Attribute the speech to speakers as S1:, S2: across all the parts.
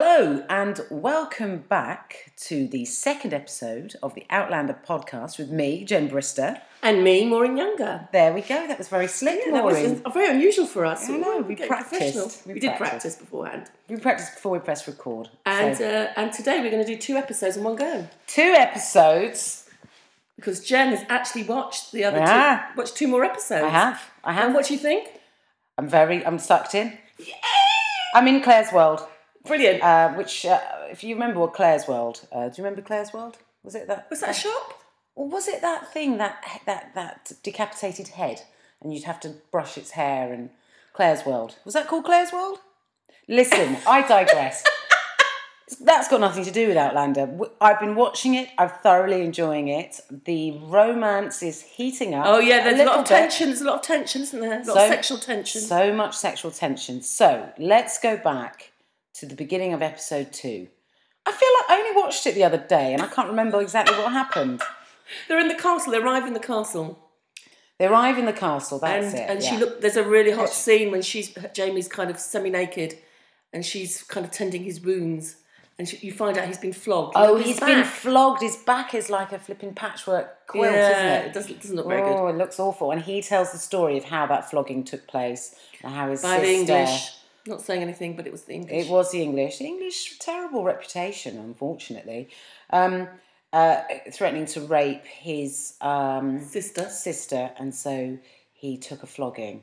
S1: Hello, and welcome back to the second episode of the Outlander podcast with me, Jen Brister.
S2: And me, Maureen Younger.
S1: There we go. That was very slick,
S2: Yeah, that was
S1: Maureen.
S2: un- very unusual for us.
S1: I know,
S2: We're
S1: we
S2: getting
S1: practiced.
S2: professional.
S1: We
S2: We, did
S1: practiced.
S2: practice beforehand.
S1: We practiced before we press record.
S2: And
S1: So,
S2: uh, and today we're going to do two episodes in one go
S1: two episodes.
S2: because Jen has actually watched the other
S1: Yeah.
S2: two, watched two more episodes.
S1: I have. I
S2: And
S1: have.
S2: what do you think?
S1: I'm very. I'm sucked in. I'm in Claire's world,
S2: Brilliant.
S1: uh, which, uh, if you remember, what Claire's world. Uh, do you remember Claire's world? Was it that?
S2: was that a shop?
S1: Or was it that thing that that that decapitated head, and you'd have to brush its hair and Claire's World? Was that called Claire's World? Listen, I digress. That's got nothing to do with Outlander. W- I've been watching it. I'm thoroughly enjoying it. The romance is heating up.
S2: Oh yeah, there's a, lot
S1: little bit.
S2: of tension. There's a lot of tension, isn't there? A lot of
S1: So-
S2: sexual tension.
S1: So much sexual tension. So let's go back to the beginning of episode two. I feel like I only watched it the other day, and I can't remember exactly what happened.
S2: They're in the castle. They arrive in the castle,
S1: They arrive in the castle. That's
S2: and
S1: it.
S2: and she
S1: yeah.
S2: look. There's a really hot scene when she's Jamie's kind of semi-naked, and she's kind of tending his wounds, and she, you find out he's been flogged.
S1: Oh,
S2: Look at his
S1: he's been
S2: back.
S1: flogged. His back is like a flipping patchwork quilt,
S2: yeah,
S1: isn't it?
S2: doesn't, doesn't look very good.
S1: Oh, it looks awful. And he tells the story of how that flogging took place and how his
S2: By
S1: sister.
S2: the English. Not saying anything, but it was the English.
S1: It was the English. The English terrible reputation, unfortunately. Um, uh, threatening to rape his um,
S2: Sister.
S1: sister, and so he took a flogging.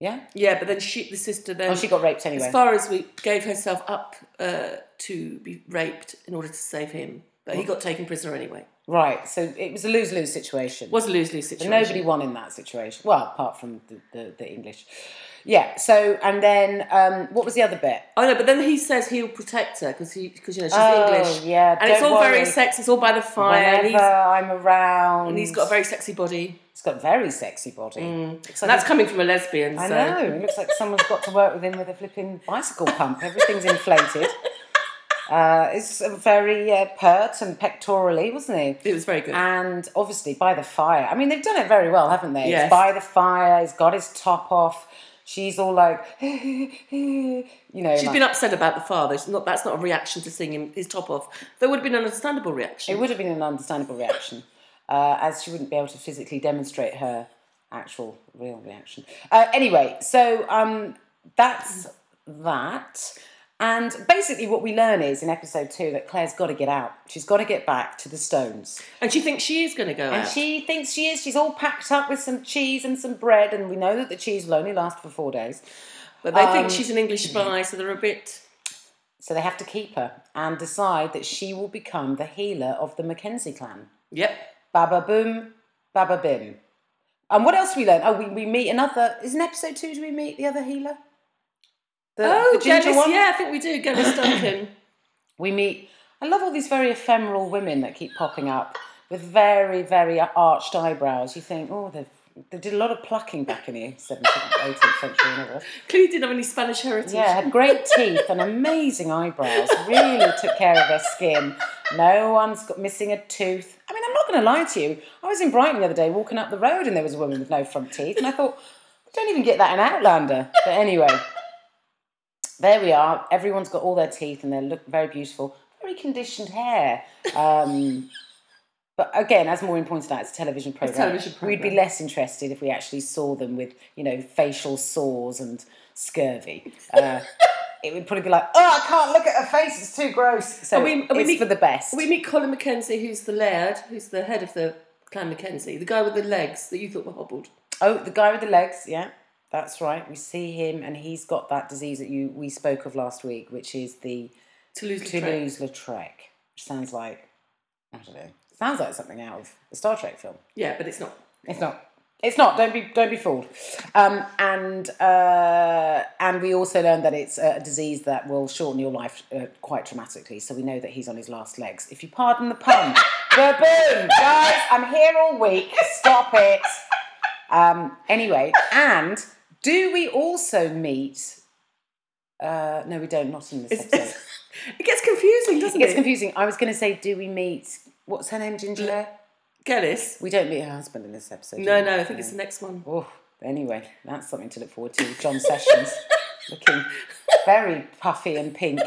S1: Yeah.
S2: Yeah, but then she, the sister then,
S1: Oh, she got raped anyway.
S2: as far as we gave herself up uh, to be raped in order to save him. But he got taken prisoner anyway.
S1: right. So it was a lose-lose situation.
S2: Was a lose lose situation.
S1: Nobody won in that situation. Well, apart from the, the, the English. Yeah, so, and then um, what was the other bit?
S2: Oh no, but then he says he'll protect her because he because you know she's
S1: Oh,
S2: English.
S1: yeah,
S2: and it's
S1: don't
S2: all very
S1: worry.
S2: sexy. It's all by the fire,
S1: Whenever
S2: and he's,
S1: I'm around.
S2: and he's got a very sexy body.
S1: he's got a very sexy body. Looks
S2: And
S1: like
S2: that's coming from a lesbian.
S1: I
S2: so.
S1: know. It looks like someone's got to work with him with a flipping bicycle pump. Everything's inflated. Uh, it's a very uh, pert and pectorally, wasn't he?
S2: It was very good.
S1: And obviously by the fire. I mean, they've done it very well, haven't they?
S2: Yes.
S1: It's by the fire. He's got his top off. She's all like, you know,
S2: She's
S1: like-
S2: been upset about the father. It's not, that's not a reaction to seeing him his top off. That would have been an understandable reaction.
S1: It would have been an understandable reaction, uh, as she wouldn't be able to physically demonstrate her actual real reaction. Uh, anyway, so um, that's that. And basically, what we learn is in episode two that Claire's got to get out. She's got to get back to the stones.
S2: and she thinks she is going to go
S1: And
S2: out.
S1: she thinks she is. She's all packed up with some cheese and some bread, and we know that the cheese will only last for four days.
S2: but they
S1: um,
S2: think she's an English spy, so they're a bit.
S1: So they have to keep her and decide that she will become the healer of the Mackenzie clan.
S2: Yep.
S1: Baba boom, baba bim. And what else do we learn? Oh, we, we meet another. Isn't episode two? Do we meet the other healer? The,
S2: Oh,
S1: the ginger
S2: Glenys-
S1: one.
S2: Yeah, I think we do. Glennis Duncan.
S1: We meet. I love all these very ephemeral women that keep popping up with very very arched eyebrows. You think, oh, they they did a lot of plucking back in the 17th, 18th century. and all that.
S2: Clearly didn't have any Spanish heritage.
S1: Yeah, had great teeth and amazing eyebrows. Really took care of their skin. No one's got missing a tooth. I mean, I'm not going to lie to you. I was in Brighton the other day walking up the road and there was a woman with no front teeth. And I thought, I don't even get that in Outlander. But anyway, there we are. Everyone's got all their teeth and they look very beautiful. Very conditioned hair. Um, but again, as Maureen pointed out, it's a television program.
S2: television
S1: We'd be
S2: programme.
S1: less interested if we actually saw them with, you know, facial sores and scurvy. Uh, it would probably be like, oh, I can't look at her face; it's too gross. So
S2: Are we- are we
S1: it's
S2: meet-
S1: for the best.
S2: We meet Colin Mackenzie, who's the laird, who's the head of the clan Mackenzie, the guy with the legs that you thought were hobbled.
S1: oh, the guy with the legs, yeah, that's right. We see him, and he's got that disease that you we spoke of last week, which is the
S2: Toulouse-Lautrec.
S1: Toulouse-Lautrec, which sounds like I don't know, sounds like something out of a Star Trek film.
S2: Yeah, but it's not.
S1: It's not. It's not. Don't be. Don't be fooled. Um, and uh, and we also learned that it's a disease that will shorten your life uh, quite dramatically. So we know that he's on his last legs. If you pardon the pun. Ba boom, guys! I'm here all week. Stop it. Um, anyway, and do we also meet? Uh, no, we don't. Not in this episode.
S2: It gets confusing, doesn't
S1: It
S2: it?
S1: gets confusing. I was going to say, do we meet? What's her name? Ginger. Hair?
S2: Glenys.
S1: We don't meet her husband in this episode. do
S2: No,
S1: we?
S2: no, I think it's the next one.
S1: Oh, anyway, that's something to look forward to. John Sessions looking very puffy and pink.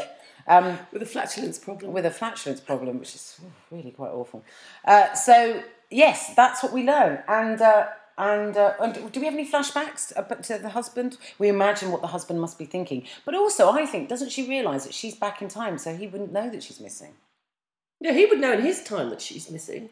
S1: Um,
S2: with a flatulence problem.
S1: with a flatulence problem, which is really quite awful. Uh, so yes, that's what we learn. And uh, and, uh, and do we have any flashbacks ab- to the husband? We imagine what the husband must be thinking. But also, I think doesn't she realise that she's back in time, so he wouldn't know that she's missing.
S2: no, he would know in his time that she's missing.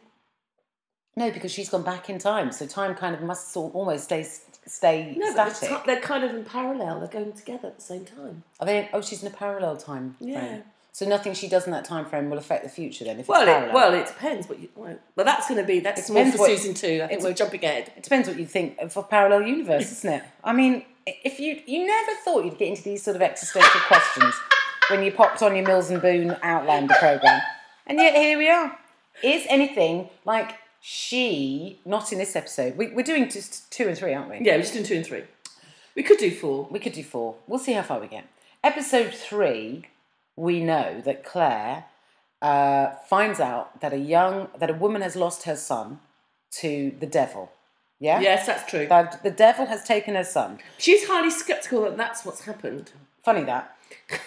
S1: No, because she's gone back in time, so time kind of must sort almost stay stay
S2: No, but
S1: static.
S2: they're, t- they're kind of in parallel. They're going together at the same time.
S1: Are they? Oh, she's in a parallel time. frame.
S2: Yeah.
S1: So nothing she does in that time frame will affect the future then. If it's
S2: Well,
S1: parallel.
S2: it, well, it depends. What you, well, well, that's going to be that's more
S1: depends
S2: for
S1: what-
S2: season two. I think we're jumping ahead.
S1: It depends what you think of a parallel universe, isn't it? I mean, if you you never thought you'd get into these sort of existential questions when you popped on your Mills and Boone Outlander program, and yet here we are. Is anything like she not in this episode? We, we're doing just two and three, aren't we?
S2: Yeah, we're just doing two and three. We could do four.
S1: We could do four. We'll see how far we get. Episode three, we know that Claire uh, finds out that a young that a woman has lost her son to the devil. Yeah.
S2: Yes, that's true.
S1: That the devil has taken her son.
S2: She's highly skeptical that that's what's happened.
S1: Funny that.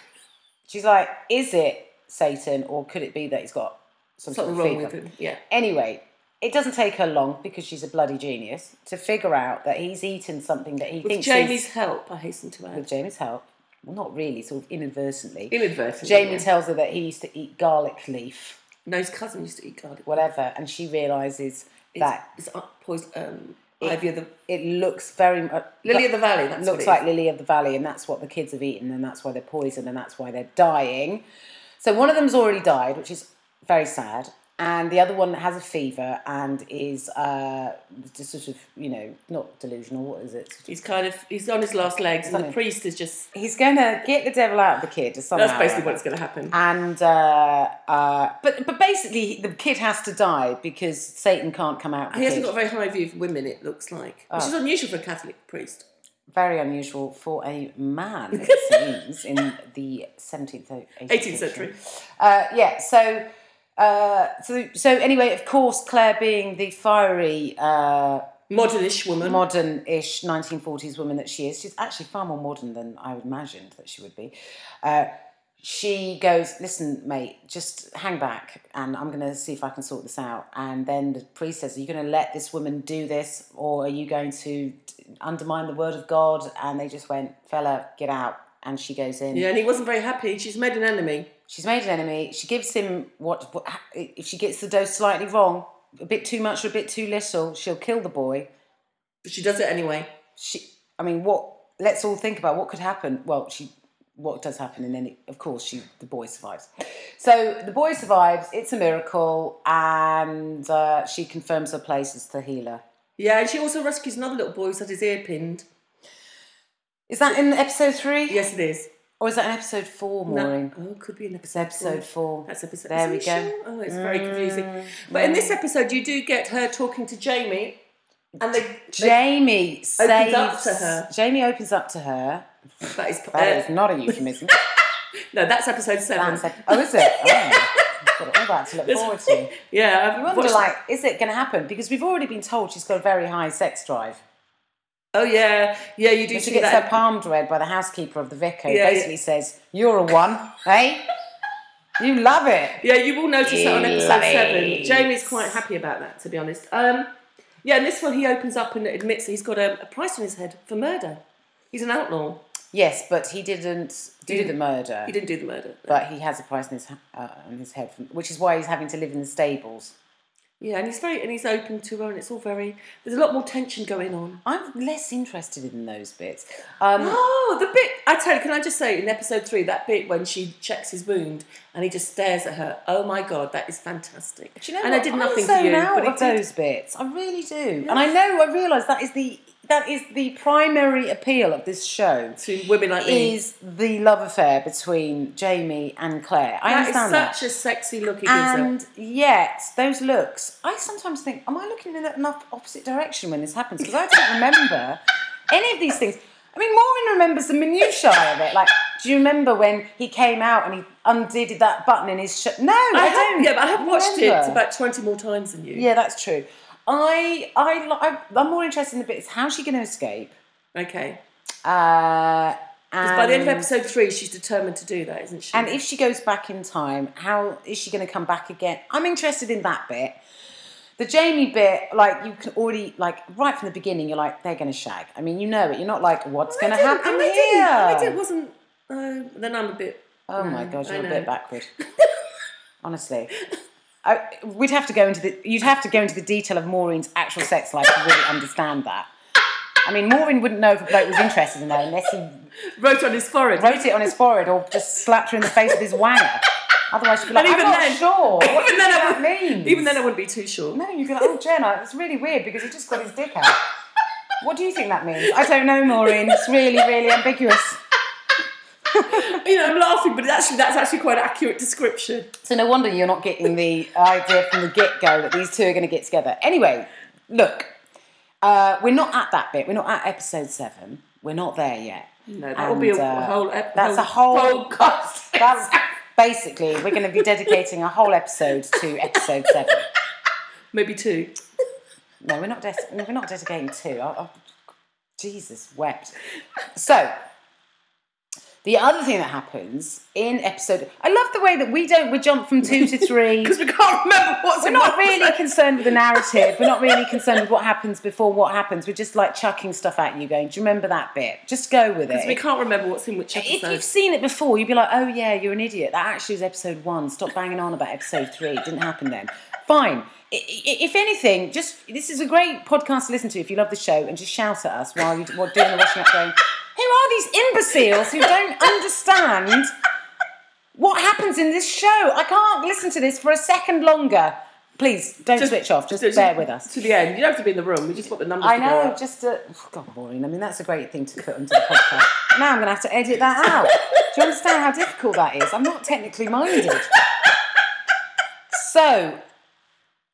S1: She's like, is it Satan or could it be that he's got some sort of
S2: Something wrong
S1: fever?
S2: with him. Yeah.
S1: Anyway, it doesn't take her long because she's a bloody genius to figure out that he's eaten something that he
S2: With
S1: thinks
S2: Jamie's
S1: is
S2: help, I hasten to
S1: with
S2: add.
S1: Jamie's help. Well, not really, sort of inadvertently.
S2: Inadvertently.
S1: Jamie
S2: yeah.
S1: tells her that he used to eat garlic leaf,
S2: No, his cousin used to eat garlic.
S1: whatever, and she realises
S2: It's-
S1: that
S2: It's uh, poison. Um, Ivy of the
S1: it looks very much
S2: Lily of the Valley. That's
S1: looks
S2: what
S1: like Lily of the Valley, and that's what the kids have eaten, and that's why they're poisoned, and that's why they're dying. So one of them's already died, which is very sad, and the other one has a fever and is uh, just sort of you know not delusional. What is it?
S2: He's kind of he's on his last legs, and the priest is just.
S1: He's going to get the devil out of the kid. Somehow,
S2: That's basically what's going to happen.
S1: and uh, uh, but but basically the kid has to die because Satan can't come out. of the
S2: He hasn't
S1: kid.
S2: got a very high view of women. It looks like, which
S1: Ah.
S2: is unusual for a Catholic priest.
S1: very unusual for a man, it seems, in the 17th, or 18th,
S2: 18th century.
S1: Uh, yeah, so, uh, so, so anyway, of course, Claire being the fiery, uh,
S2: Modernish woman.
S1: modern ish 1940s woman that she is, she's actually far more modern than I would imagined that she would be. Uh, she goes, Listen, mate, just hang back and I'm going to see if I can sort this out. And then the priest says, Are you going to let this woman do this or are you going to undermine the word of God? And they just went, Fella, get out. And she goes in.
S2: yeah, and he wasn't very happy. She's made an enemy.
S1: She's made an enemy. She gives him what, what if she gets the dose slightly wrong, a bit too much or a bit too little, she'll kill the boy.
S2: But she does it anyway.
S1: she i mean what let's all think about what could happen well she what does happen and then it, of course she the boy survives so the boy survives it's a miracle and uh, she confirms her place as the healer
S2: Yeah, and she also rescues another little boy who's had his ear pinned.
S1: is that in episode three
S2: Yes, it is.
S1: or is that in episode four
S2: No-
S1: maureen
S2: Oh, could be an
S1: it's
S2: episode.
S1: episode four
S2: That's episode.
S1: There
S2: Are
S1: we
S2: you
S1: go. Mm.
S2: sure? Oh, it's very confusing. But in this episode, you do get her talking to Jamie, and they, they
S1: jamie saves
S2: up to her.
S1: jamie opens up to her
S2: that is,
S1: that
S2: uh,
S1: is not a euphemism
S2: no, that's episode seven.
S1: That's a- oh is it oh, got all that to look forward to
S2: yeah, I've
S1: I wonder,
S2: watched-
S1: like, is it going to happen? Because we've already been told she's got a very high sex drive.
S2: oh yeah, yeah, you do
S1: She
S2: see
S1: gets
S2: that.
S1: her palm read by the housekeeper of the vicar, who
S2: Yeah, yeah.
S1: basically says, "You're a one, eh? You love it."
S2: Yeah, you will notice that on episode seven.
S1: Elite.
S2: Jamie's quite happy about that, to be honest. Um, yeah, in this one, he opens up and admits that he's got a, a price on his head for murder. He's an outlaw.
S1: Yes, but he didn't do
S2: didn't-
S1: the murder.
S2: He didn't do the murder.
S1: but he has a price on his, ha- uh, on his head, from, which is why he's having to live in the stables.
S2: Yeah, and he's very and he's open to her, and it's all very. There's a lot more tension going on.
S1: I'm less interested in those bits. Um,
S2: Oh, the bit I tell you, can I just say in episode three that bit when she checks his wound and he just stares at her. Oh my god, that is fantastic.
S1: Do you know
S2: and
S1: what?
S2: I did
S1: I'm
S2: nothing
S1: so
S2: for you,
S1: out
S2: but
S1: of
S2: it did.
S1: those bits, I really do, and I know I realise that is the that is the primary appeal of this show.
S2: to women like me.
S1: is the love affair between Jamie and Claire. I
S2: that is
S1: understand that.
S2: such a sexy look he gives her.
S1: And yet, those looks, I sometimes think, am I looking in enough opposite direction when this happens? Because I don't remember any of these things. I mean, Maureen remembers the minutiae of it. Like, do you remember when he came out and he undid that button in his shirt? No, I,
S2: I have,
S1: don't.
S2: yeah, but I have watched it
S1: remember.
S2: about 20 more times than you.
S1: Yeah, that's true. I, I, li- I, I'm more interested in the bit is how's she going to escape?
S2: Okay.
S1: Uh, and
S2: By the end of episode three, she's determined to do that, isn't she?
S1: And if she goes back in time, how is she going to come back again? I'm interested in that bit. The Jamie bit, like you can already like right from the beginning, you're like they're going to shag. I mean, you know it. You're not like what's going to
S2: didn't-
S1: happen
S2: and
S1: here.
S2: I didn't. I did wasn't. Uh, then I'm a bit.
S1: Oh my god,
S2: I
S1: you're a
S2: know.
S1: bit backward. Honestly. I, we'd have to go into the you'd have to go into the detail of Maureen's actual sex life to really understand that. I mean, Maureen wouldn't know if a bloke was interested in her unless he
S2: Wrote on his forehead.
S1: wrote it on his forehead or just slapped her in the face with his wanger. Otherwise, she'd be like,
S2: And even
S1: "I'm not
S2: then-
S1: sure what do
S2: even
S1: you
S2: then,
S1: think
S2: I
S1: that
S2: would,
S1: means."
S2: even then, I wouldn't be too sure.
S1: no, you'd be like, "Oh, Jenna, it's really weird because he just got his dick out." What do you think that means? I don't know, Maureen. It's really, really ambiguous.
S2: You know, I'm laughing, but actually, that's actually quite an accurate description.
S1: So no wonder you're not getting the idea from the get go that these two are going to get together. Anyway, look, uh, we're not at that bit. We're not at episode seven. We're not there yet.
S2: No, that would be
S1: And,
S2: a,
S1: uh,
S2: whole. Ep-
S1: That's a
S2: whole.
S1: whole
S2: podcast.
S1: That's basically we're going to be dedicating a whole episode to episode seven.
S2: Maybe two.
S1: No, we're not. Des- no, we're not dedicating two. I, I, Jesus wept. So the other thing that happens in episode, I love the way that we don't. We jump from two to three.
S2: Because we can't remember what's
S1: We're
S2: in
S1: not
S2: one
S1: really
S2: episode.
S1: concerned with the narrative. We're not really concerned with what happens before what happens. We're just like chucking stuff at you, going, "Do you remember that bit? Just go with
S2: We
S1: it."
S2: can't remember what's in which
S1: If
S2: episode.
S1: you've seen it before, you'd be like, "Oh yeah, you're an idiot. That actually was episode one. Stop banging on about episode three. It didn't happen then." Fine. I- i- If anything, just this is a great podcast to listen to if you love the show, and just shout at us while you- while doing the washing up, going, "Who are these imbeciles who don't understand?" What happens in this show? I can't listen to this for a second longer. Please don't switch off. Just bear with us.
S2: To the end. You don't have to be in the room. We just want the numbers
S1: I
S2: to go
S1: know,
S2: up.
S1: just a, oh, God, boring. I mean, that's a great thing to put onto the podcast. now I'm going to have to edit that out. Do you understand how difficult that is? I'm not technically minded. So,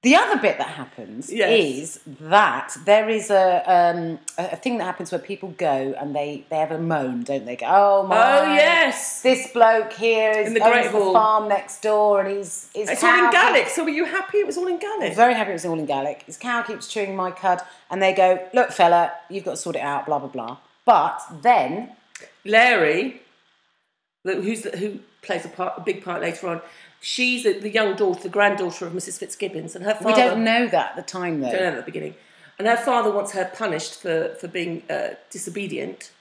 S1: the other bit that happens
S2: Yes.
S1: is that there is a, um, a a thing that happens where people go and they, they have a moan, don't they? Go, oh my!
S2: Oh, yes.
S1: This bloke here is
S2: In the
S1: owns
S2: Great
S1: the
S2: Hall.
S1: farm next door, and he's he's
S2: It's all in
S1: cow-
S2: Gaelic. So were you happy it was all in Gaelic?
S1: very happy it was all in Gaelic. His cow keeps chewing my cud, and they go, "Look, fella, you've got to sort it out." Blah blah blah. But then,
S2: Larry, the- who's the, who plays a part, a big part later on. She's the, the young daughter, the granddaughter of Mrs. Fitzgibbons, and her father.
S1: we don't know that at the time though.
S2: I Oh. don't know at the beginning. And her father wants her punished for for being uh, disobedient,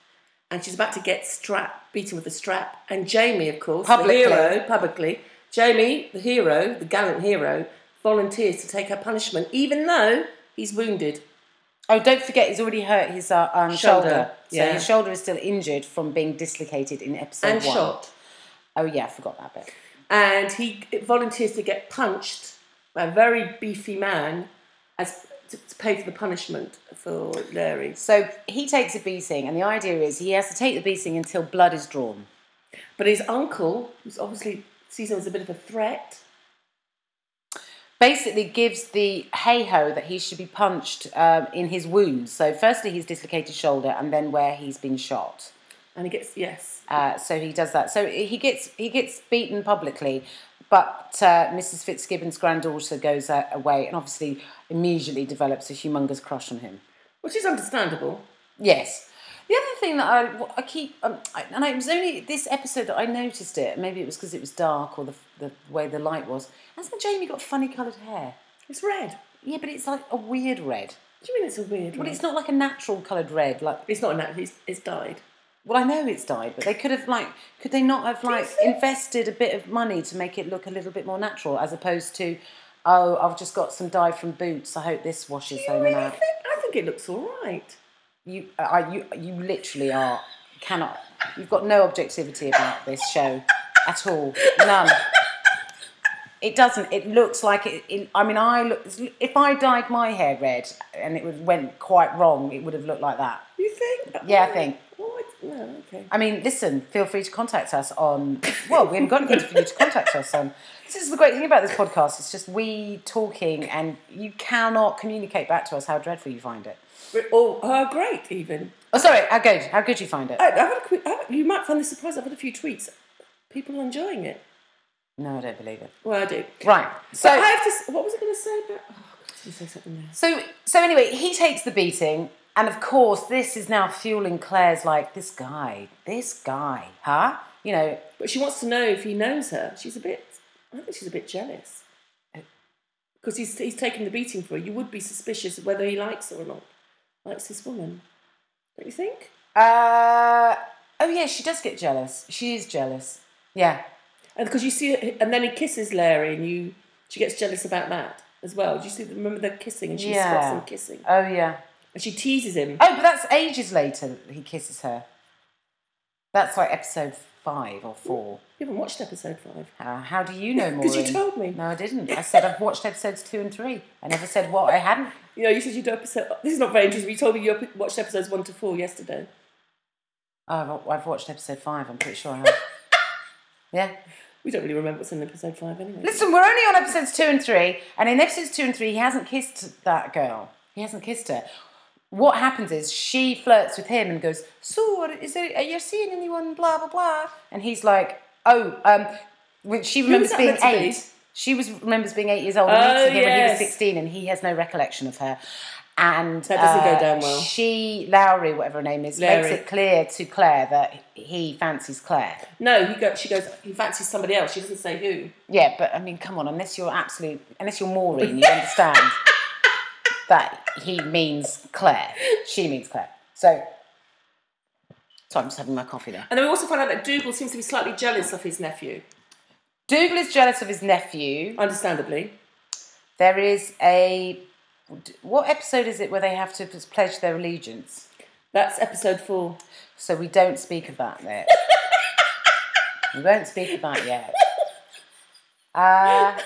S2: and she's about to get strap beaten with a strap. And Jamie, of course,
S1: Publicly.
S2: the hero, publicly, Jamie, the hero, the gallant hero, volunteers to take her punishment, even though he's wounded.
S1: Oh, don't forget, he's already hurt his uh, um, shoulder.
S2: Shoulder,
S1: So
S2: yeah.
S1: his shoulder is still injured from being dislocated in episode
S2: And
S1: one.
S2: shot.
S1: Oh yeah, I forgot that bit.
S2: and he volunteers to get punched by a very beefy man as to, to pay for the punishment for Larry.
S1: So he takes a beating, and the idea is he has to take the beating until blood is drawn.
S2: But his uncle, who's obviously sees him as a bit of a threat,
S1: basically gives the hey ho that he should be punched um, in his wounds. So, firstly, his dislocated shoulder, and then where he's been shot.
S2: and he gets yes,
S1: Uh, so he does that. So he gets he gets beaten publicly, but uh, Mrs. Fitzgibbon's granddaughter goes uh, away and obviously immediately develops a humongous crush on him.
S2: which is understandable.
S1: Yes. The other thing that I, what I keep, um, I, and it was only this episode that I noticed it. Maybe it was because it was dark or the, the way the light was. Hasn't Jamie got funny coloured hair?
S2: It's red.
S1: Yeah, but it's like a weird red.
S2: What do you mean it's a weird?
S1: But
S2: one?
S1: it's not like a natural coloured red. Like,
S2: It's not an act. It's, it's dyed.
S1: well, I know it's dyed, but they could have like, could they not have like
S2: think-
S1: invested a bit of money to make it look a little bit more natural, as opposed to, oh, I've just got some dye from Boots. I hope this washes
S2: I
S1: home
S2: really
S1: and out.
S2: think I think it looks all right.
S1: You, uh, you, you literally are cannot. You've got no objectivity about this show at all. None. It doesn't. It looks like it. it I mean, I look, if I dyed my hair red and it would, went quite wrong, it would have looked like that.
S2: You think?
S1: Yeah, I think.
S2: Oh, I, no, okay.
S1: I mean, listen, feel free to contact us on. Well, we haven't got anything for you to contact us on. This is the great thing about this podcast. It's just we talking, and you cannot communicate back to us how dreadful you find it.
S2: Oh, uh, great. Even
S1: Oh, sorry, how good? How good you find it?
S2: I, I've had a quick, I've, you might find this surprising. I've had a few tweets. People enjoying it.
S1: No, I don't believe it.
S2: Well, I do.
S1: Right. So,
S2: So I have to. s- What was I going to say? About, oh, I was going to say something else.
S1: so, so anyway, he takes the beating, And of course, this is now fueling Claire's like, this guy, this guy, huh? You know,
S2: But she wants to know if he knows her. She's a bit, I think she's a bit jealous.
S1: Eh.
S2: Because he's, he's taken the beating for her. You would be suspicious of whether he likes her or not. Likes this woman. Don't you think?
S1: uh, oh yeah, she does get jealous. She is jealous. Yeah.
S2: And because you see, and then he kisses Larry and you, she gets jealous about that as well. Do you see, remember them kissing and she spots
S1: Yeah.
S2: them kissing.
S1: Oh yeah.
S2: And she teases him.
S1: Oh, but that's ages later that he kisses her. That's like episode five or four.
S2: You haven't watched episode five.
S1: Uh, how do you know, Maureen?
S2: Because you told me.
S1: No, I didn't. I said I've watched episodes two and three. I never said what I hadn't.
S2: You know, you said you'd episode, this is not very interesting, but you told me you ep- watched episodes one to four yesterday.
S1: Oh, I've, I've watched episode five. I'm pretty sure I have. yeah.
S2: We don't really remember what's in episode five anyway.
S1: Listen, we're only on episodes two and three, and in episodes two and three, he hasn't kissed that girl. He hasn't kissed her. What happens is she flirts with him and goes, "So, what is there? Are you seeing anyone?" Blah blah blah. And he's like, "Oh, um," when she remembers
S2: that
S1: being
S2: meant to be?
S1: eight. She was remembers being eight years old and
S2: Oh,
S1: meeting him when he was
S2: yes.
S1: sixteen, and he has no recollection of her. And that
S2: doesn't go down well.
S1: She Lowry, whatever her name is,
S2: Lowry.
S1: makes it clear to Claire that he fancies Claire.
S2: No, he go, she goes, he fancies somebody else. She doesn't say who.
S1: Yeah, but I mean, come on, unless you're absolute, unless you're Maureen, you understand that he means Claire. She means Claire. So, so I'm just having my coffee there.
S2: And then we also find out that Dougal seems to be slightly jealous of his nephew,
S1: Dougal is jealous of his nephew.
S2: understandably.
S1: There is a. What episode is it where they have to pledge their allegiance?
S2: That's episode four.
S1: So we don't speak of that yet. we won't speak of that yet. Uh,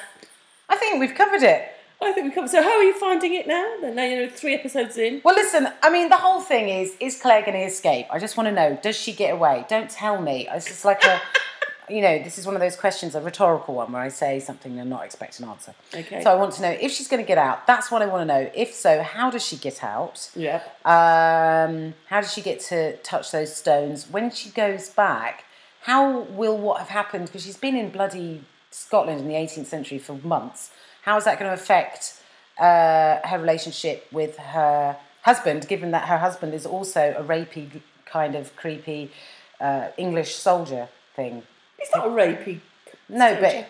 S1: I think we've covered it.
S2: I think we covered. So how are you finding it now? Then now you know three episodes in.
S1: Well, listen, I mean, the whole thing is is Claire going to escape? I just want to know does she get away? Don't tell me. It's just like a. You know, this is one of those questions, a rhetorical one, where I say something and not expect an answer.
S2: Okay.
S1: So I want to know if she's going to get out. That's what I want to know. If so, how does she get out?
S2: Yeah.
S1: Um, how does she get to touch those stones? When she goes back, how will what have happened? Because she's been in bloody Scotland in the 18th century for months. How is that going to affect uh, her relationship with her husband, given that her husband is also a rapey, kind of creepy uh, English soldier thing?
S2: He's not a rapey.
S1: No,
S2: Soldier.
S1: but.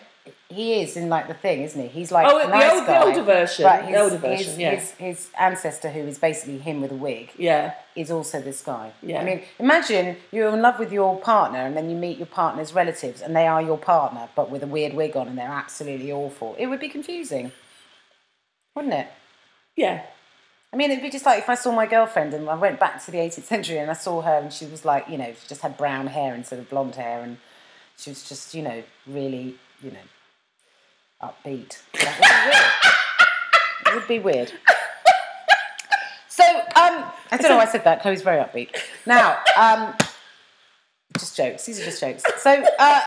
S1: He is in like the thing, isn't he? He's like
S2: Oh, the
S1: nice
S2: old- the
S1: guy,
S2: older version,
S1: but
S2: the
S1: his-
S2: older version,
S1: his-
S2: yeah.
S1: his, his ancestor, who is basically him with a wig,
S2: Yeah.
S1: is also this guy.
S2: Yeah.
S1: I mean, imagine you're in love with your partner and then you meet your partner's relatives and they are your partner but with a weird wig on and they're absolutely awful. It would be confusing, wouldn't it?
S2: Yeah.
S1: I mean, it'd be just like if I saw my girlfriend and I went back to the 18th century and I saw her and she was like, you know, she just had brown hair instead of blonde hair and she was just, you know, really, you know, upbeat. That would be weird. it would be weird. So, um, I don't know why I said that. Chloe's very upbeat. Now, um, just jokes. These are just jokes. So, uh,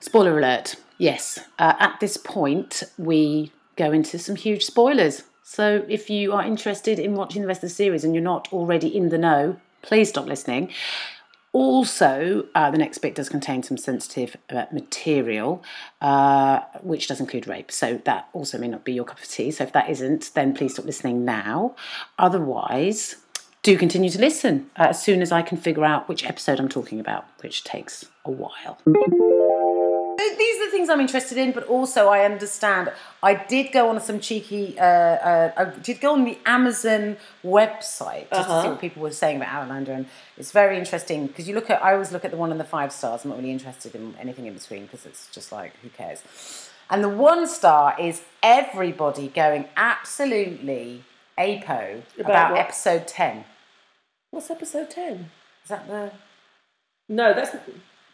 S1: spoiler alert. Yes, uh, at this point, we go into some huge spoilers. So, if you are interested in watching the rest of the series and you're not already in the know, please stop listening. Also, uh, the next bit does contain some sensitive uh, material, uh, which does include rape. So, that also may not be your cup of tea. So, if that isn't, then please stop listening now. Otherwise, do continue to listen uh, as soon as I can figure out which episode I'm talking about, which takes a while. These are the things I'm interested in, but also I understand. I did go on some cheeky. Uh, uh, I did go on the Amazon website just to see what people were saying about Outlander, and it's very interesting because you look at. I always look at the one and the five stars. I'm not really interested in anything in between because it's just like who cares. And the one star is everybody going absolutely apo about,
S2: what?
S1: episode ten.
S2: What's episode ten?
S1: Is that the?
S2: No, that's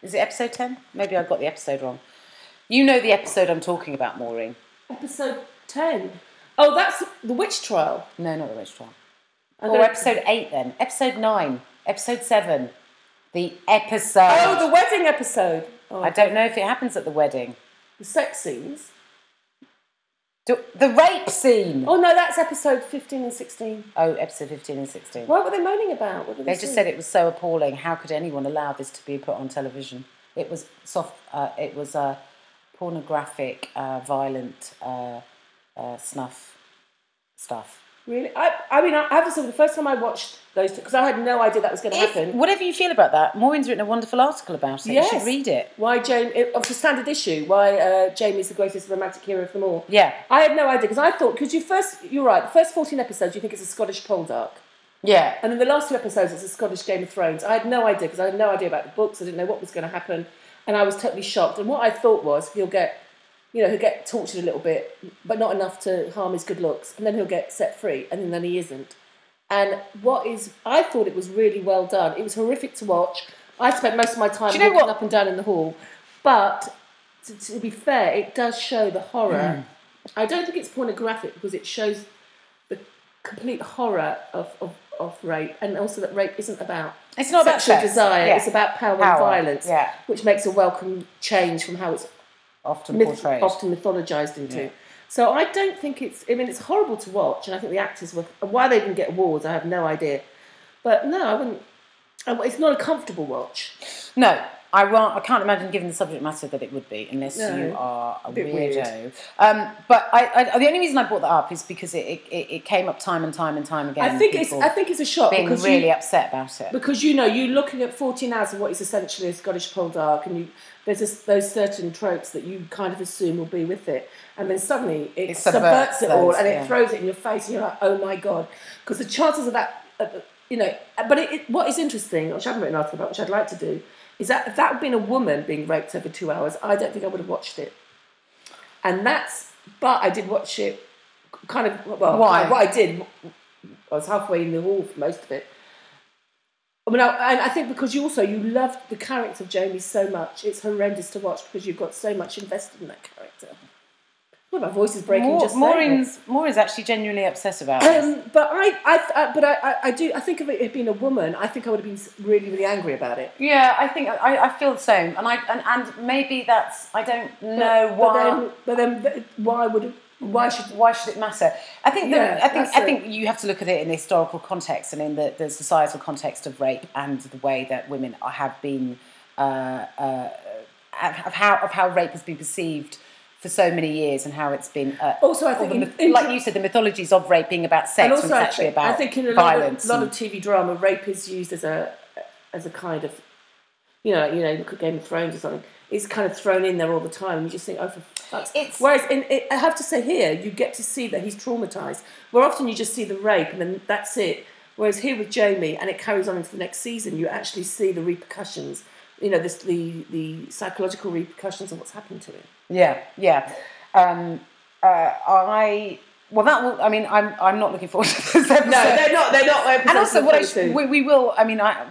S1: Is it episode ten? Maybe I got the episode wrong. You know the episode I'm talking about, Maureen.
S2: episode ten. Oh, that's the witch trial.
S1: No, not the witch trial.
S2: I'm
S1: Or
S2: gonna-
S1: Oh, episode eight then. Episode nine. Episode seven. The episode.
S2: Oh, the wedding episode. Oh,
S1: I don't know if it happens at the wedding.
S2: the sex scenes.
S1: Do, the rape scene.
S2: Oh no, that's episode fifteen and sixteen.
S1: Oh, episode fifteen and sixteen.
S2: What were they moaning about? What did they,
S1: They just
S2: do?
S1: said it was so appalling. How could anyone allow this to be put on television? It was soft. Uh, it was a pornographic, uh, violent uh, uh, snuff stuff.
S2: Really? I, I mean, I I have to say, the first time I watched those, because I had no idea that was going to
S1: If,
S2: happen.
S1: whatever you feel about that, Maureen's written a wonderful article about it. You
S2: Yes.
S1: should read it.
S2: Why Jane, it, it's a standard issue, why uh, Jamie's the greatest romantic hero of them all.
S1: Yeah.
S2: I had no idea, because I thought, because you first, you're right, the first 14 episodes you think it's a Scottish poldark.
S1: Yeah.
S2: And in the last two episodes, it's a Scottish Game of Thrones. I had no idea because I had no idea about the books. I didn't know what was going to happen, and I was totally shocked. And what I thought was he'll get, you know, he'll get tortured a little bit, but not enough to harm his good looks, and then he'll get set free, and then he isn't. And what is? I thought it was really well done. It was horrific to watch. I spent most of my time
S1: Do you know
S2: walking
S1: what-
S2: up and down in the hall, but to, to be fair, it does show the
S1: Mm.
S2: horror. I don't think it's pornographic because it shows the complete horror of, of, of rape and also that rape isn't about
S1: It's not about
S2: sexual
S1: sex.
S2: desire,
S1: Yeah.
S2: it's about power,
S1: Power,
S2: and violence,
S1: yeah.
S2: which makes a welcome change from how it's
S1: Often
S2: myth-
S1: portrayed.
S2: often mythologized into. So I don't think it's, I mean, it's horrible to watch, and I think the actors were, and why they didn't get awards, I have no idea. But no, I wouldn't, I- it's not a comfortable watch.
S1: No, I won't. I can't imagine, given the subject matter, that it would be, unless
S2: No.
S1: you are a
S2: Bit
S1: weirdo.
S2: weird.
S1: Um, but I, I, the only reason I brought that up is because it, it, it- it came up time and time and time again.
S2: I think it's,
S1: people
S2: I think it's a shock
S1: being
S2: because you-
S1: really upset about it.
S2: Because you know, you're looking at 14 hours of what is essentially a Scottish poldark, and you, there's just those certain tropes that you kind of assume will be with it, and then suddenly it,
S1: It subverts
S2: subverts, it all
S1: those,
S2: and
S1: yeah.
S2: it throws it in your face, and you're like, oh my god, because the chances of that, uh, you know. But it, it, what is interesting, which I haven't written an article about, which I'd like to do, is that if that had been a woman being raped over two hours, I don't think I would have watched it. And that's, but I did watch it, kind of. Well,
S1: Why?
S2: kind of what I did, I was halfway in the hall for most of it. I mean, I, and I think because you also you love the character of Jamie so much, it's horrendous to watch because you've got so much invested in that character. Well, my voice is breaking
S1: Maur-
S2: just saying it.
S1: Maureen's, Maureen's actually genuinely upset about it.
S2: Um, but I, I, I but I, I, I do. I think if it had been a woman, I think I would have been s- really, really angry about it.
S1: Yeah, I think I, I feel the same, and I and, and maybe that's I don't know
S2: but,
S1: why.
S2: But then, but then, th- why would? Why should?
S1: why should it matter? I think that
S2: Yeah,
S1: I think
S2: that's
S1: I
S2: it.
S1: think you have to look at it in the historical context and in the, the societal context of rape and the way that women are, have been uh, uh, of how of how rape has been perceived for so many years and how it's been uh,
S2: Also, I
S1: all
S2: think
S1: the
S2: in-
S1: myth-
S2: in-
S1: like you said the mythologies of rape being about sex
S2: And
S1: when
S2: also,
S1: it's
S2: I
S1: actually
S2: think,
S1: about
S2: I think in a lot
S1: violence.
S2: of, lot of
S1: and-
S2: TV drama, rape is used as a as a kind of, you know, you know, look at Game of Thrones or something. It's kind of thrown in there all the time. You just think, oh, for fuck's
S1: It's-
S2: Whereas, in, it, I have to say, here you get to see that he's traumatized. Where often you just see the rape and then that's it. Whereas here with Jamie, and it carries on into the next season, you actually see the repercussions. You know, this the the psychological repercussions of what's happened to him.
S1: Yeah, yeah. Um, uh, I well, that will. I mean, I'm I'm not looking forward to this episode.
S2: not. They're not.
S1: and also, what I should, we, we will. I mean, I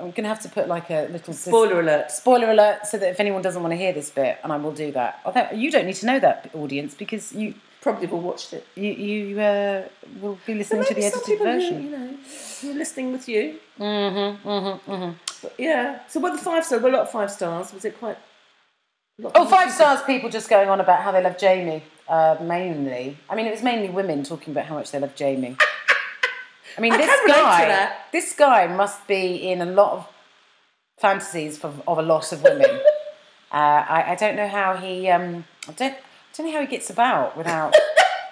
S1: I'm gonna have to put like a little dis-
S2: spoiler alert.
S1: spoiler alert, so that if anyone doesn't want to hear this bit, and I will do that. Although you don't need to know that audience because you
S2: Probably have all watched it.
S1: you you uh, will be listening to the
S2: Maybe some
S1: edited
S2: people who,
S1: version.
S2: you know, who are listening with you. Mm-hmm, mm-hmm, mm-hmm. But yeah. So what the five stars? Were a lot of five stars. Was it quite?
S1: Oh, five stars. People just going on about how they love Jamie. Uh, mainly, I mean, it was mainly women talking about how much they love Jamie. I mean,
S2: I
S1: this
S2: can relate to
S1: guy,
S2: that.
S1: this guy must be in a lot of fantasies for, of a lot of women. uh, I, I don't know how he, um, I don't, I don't know how he gets about without.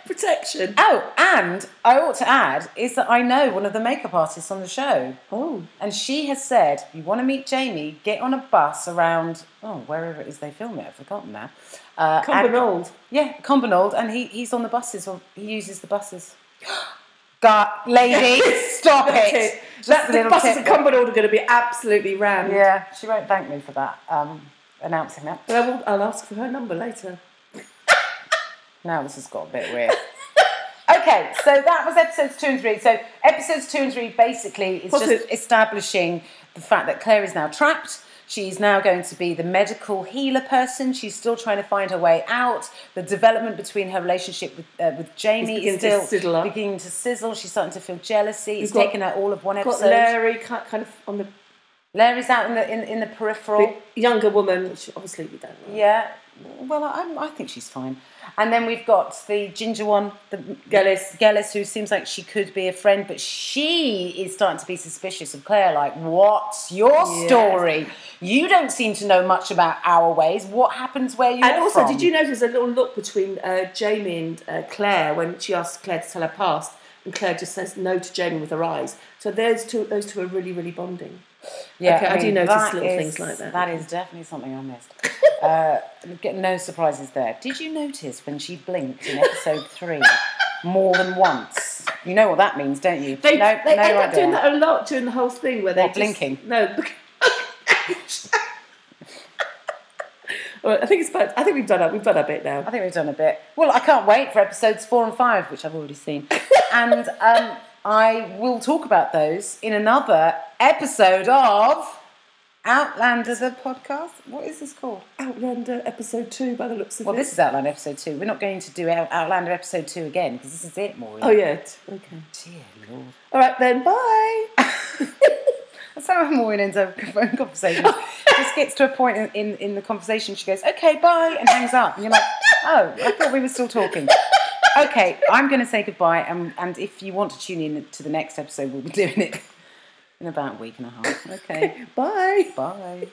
S2: Protection.
S1: Oh, and I ought to add is that I know one of the makeup artists on the show,
S2: Oh,
S1: and she has said, "You want to meet Jamie? Get on a bus around oh wherever it is they film it. I've forgotten now." Uh, and-
S2: Cumbernauld.
S1: yeah, Combinold, and he, he's on the buses or he uses the buses. God, lady, stop
S2: That's
S1: it.
S2: it.
S1: That's a
S2: the
S1: little
S2: buses
S1: tip.
S2: at Cumbernauld are going to be absolutely rammed.
S1: Yeah, she won't thank me for that. Um, announcing that.
S2: But I will, I'll ask for her number later.
S1: Now this has got a bit weird. Okay, so that was episodes two and three. So episodes two and three basically is
S2: What's
S1: just
S2: it?
S1: establishing the fact that Claire is now trapped. She's now going to be the medical healer person. She's still trying to find her way out. The development between her relationship with, uh, with Jamie is
S2: beginning to
S1: still
S2: sizzle up.
S1: beginning to sizzle. She's starting to feel jealousy. It's
S2: You've got-
S1: taken her all of one
S2: Got
S1: episode.
S2: Larry ki- kind of on the,
S1: Larry's out in the in, in the peripheral.
S2: the younger woman, which obviously we don't know.
S1: Yeah. Well, I, I think she's fine. And then we've got the ginger one, the
S2: Gellis.
S1: Gellis, who seems like she could be a friend, but she is starting to be suspicious of Claire. Like, what's your
S2: Yes.
S1: story? You don't seem to know much about our ways. What happens where you're
S2: And also,
S1: from?
S2: did you notice a little look between uh, Jamie and uh, Claire when she asked Claire to tell her past? And Claire just says no to Jamie with her eyes. So those two, those two are really, really bonding.
S1: Yeah,
S2: Okay, I do notice
S1: that
S2: little
S1: is-
S2: things like that.
S1: That is definitely something I missed. uh, get no surprises there. Did you notice when she blinked in episode three more than once? You know what that means, don't you?
S2: They,
S1: no,
S2: they
S1: no
S2: end up
S1: idea.
S2: doing that a lot during the whole thing where they
S1: What,
S2: just,
S1: blinking?
S2: No. look- well, I think it's about, I think we've done our, we've done our bit now.
S1: I think we've done a bit. Well, I can't wait for episodes four and five, which I've already seen. and um, I will talk about those in another episode of Outlander the podcast. What is this called?
S2: Outlander episode two by the looks of
S1: Well,
S2: it.
S1: this is Outlander episode two. We're not going to do Out- Outlander episode two again because this is it, Maureen.
S2: oh yeah. t- Okay.
S1: dear lord.
S2: All right then. Bye.
S1: That's how Maureen ends up phone conversations. Just gets to a point in, in, in the conversation, she goes, okay, bye, and hangs up. And you're like, oh, I thought we were still talking. Okay, I'm going to say goodbye, and, and if you want to tune in to the next episode, we'll be doing it in about a week and a half. Okay,
S2: Bye.
S1: bye.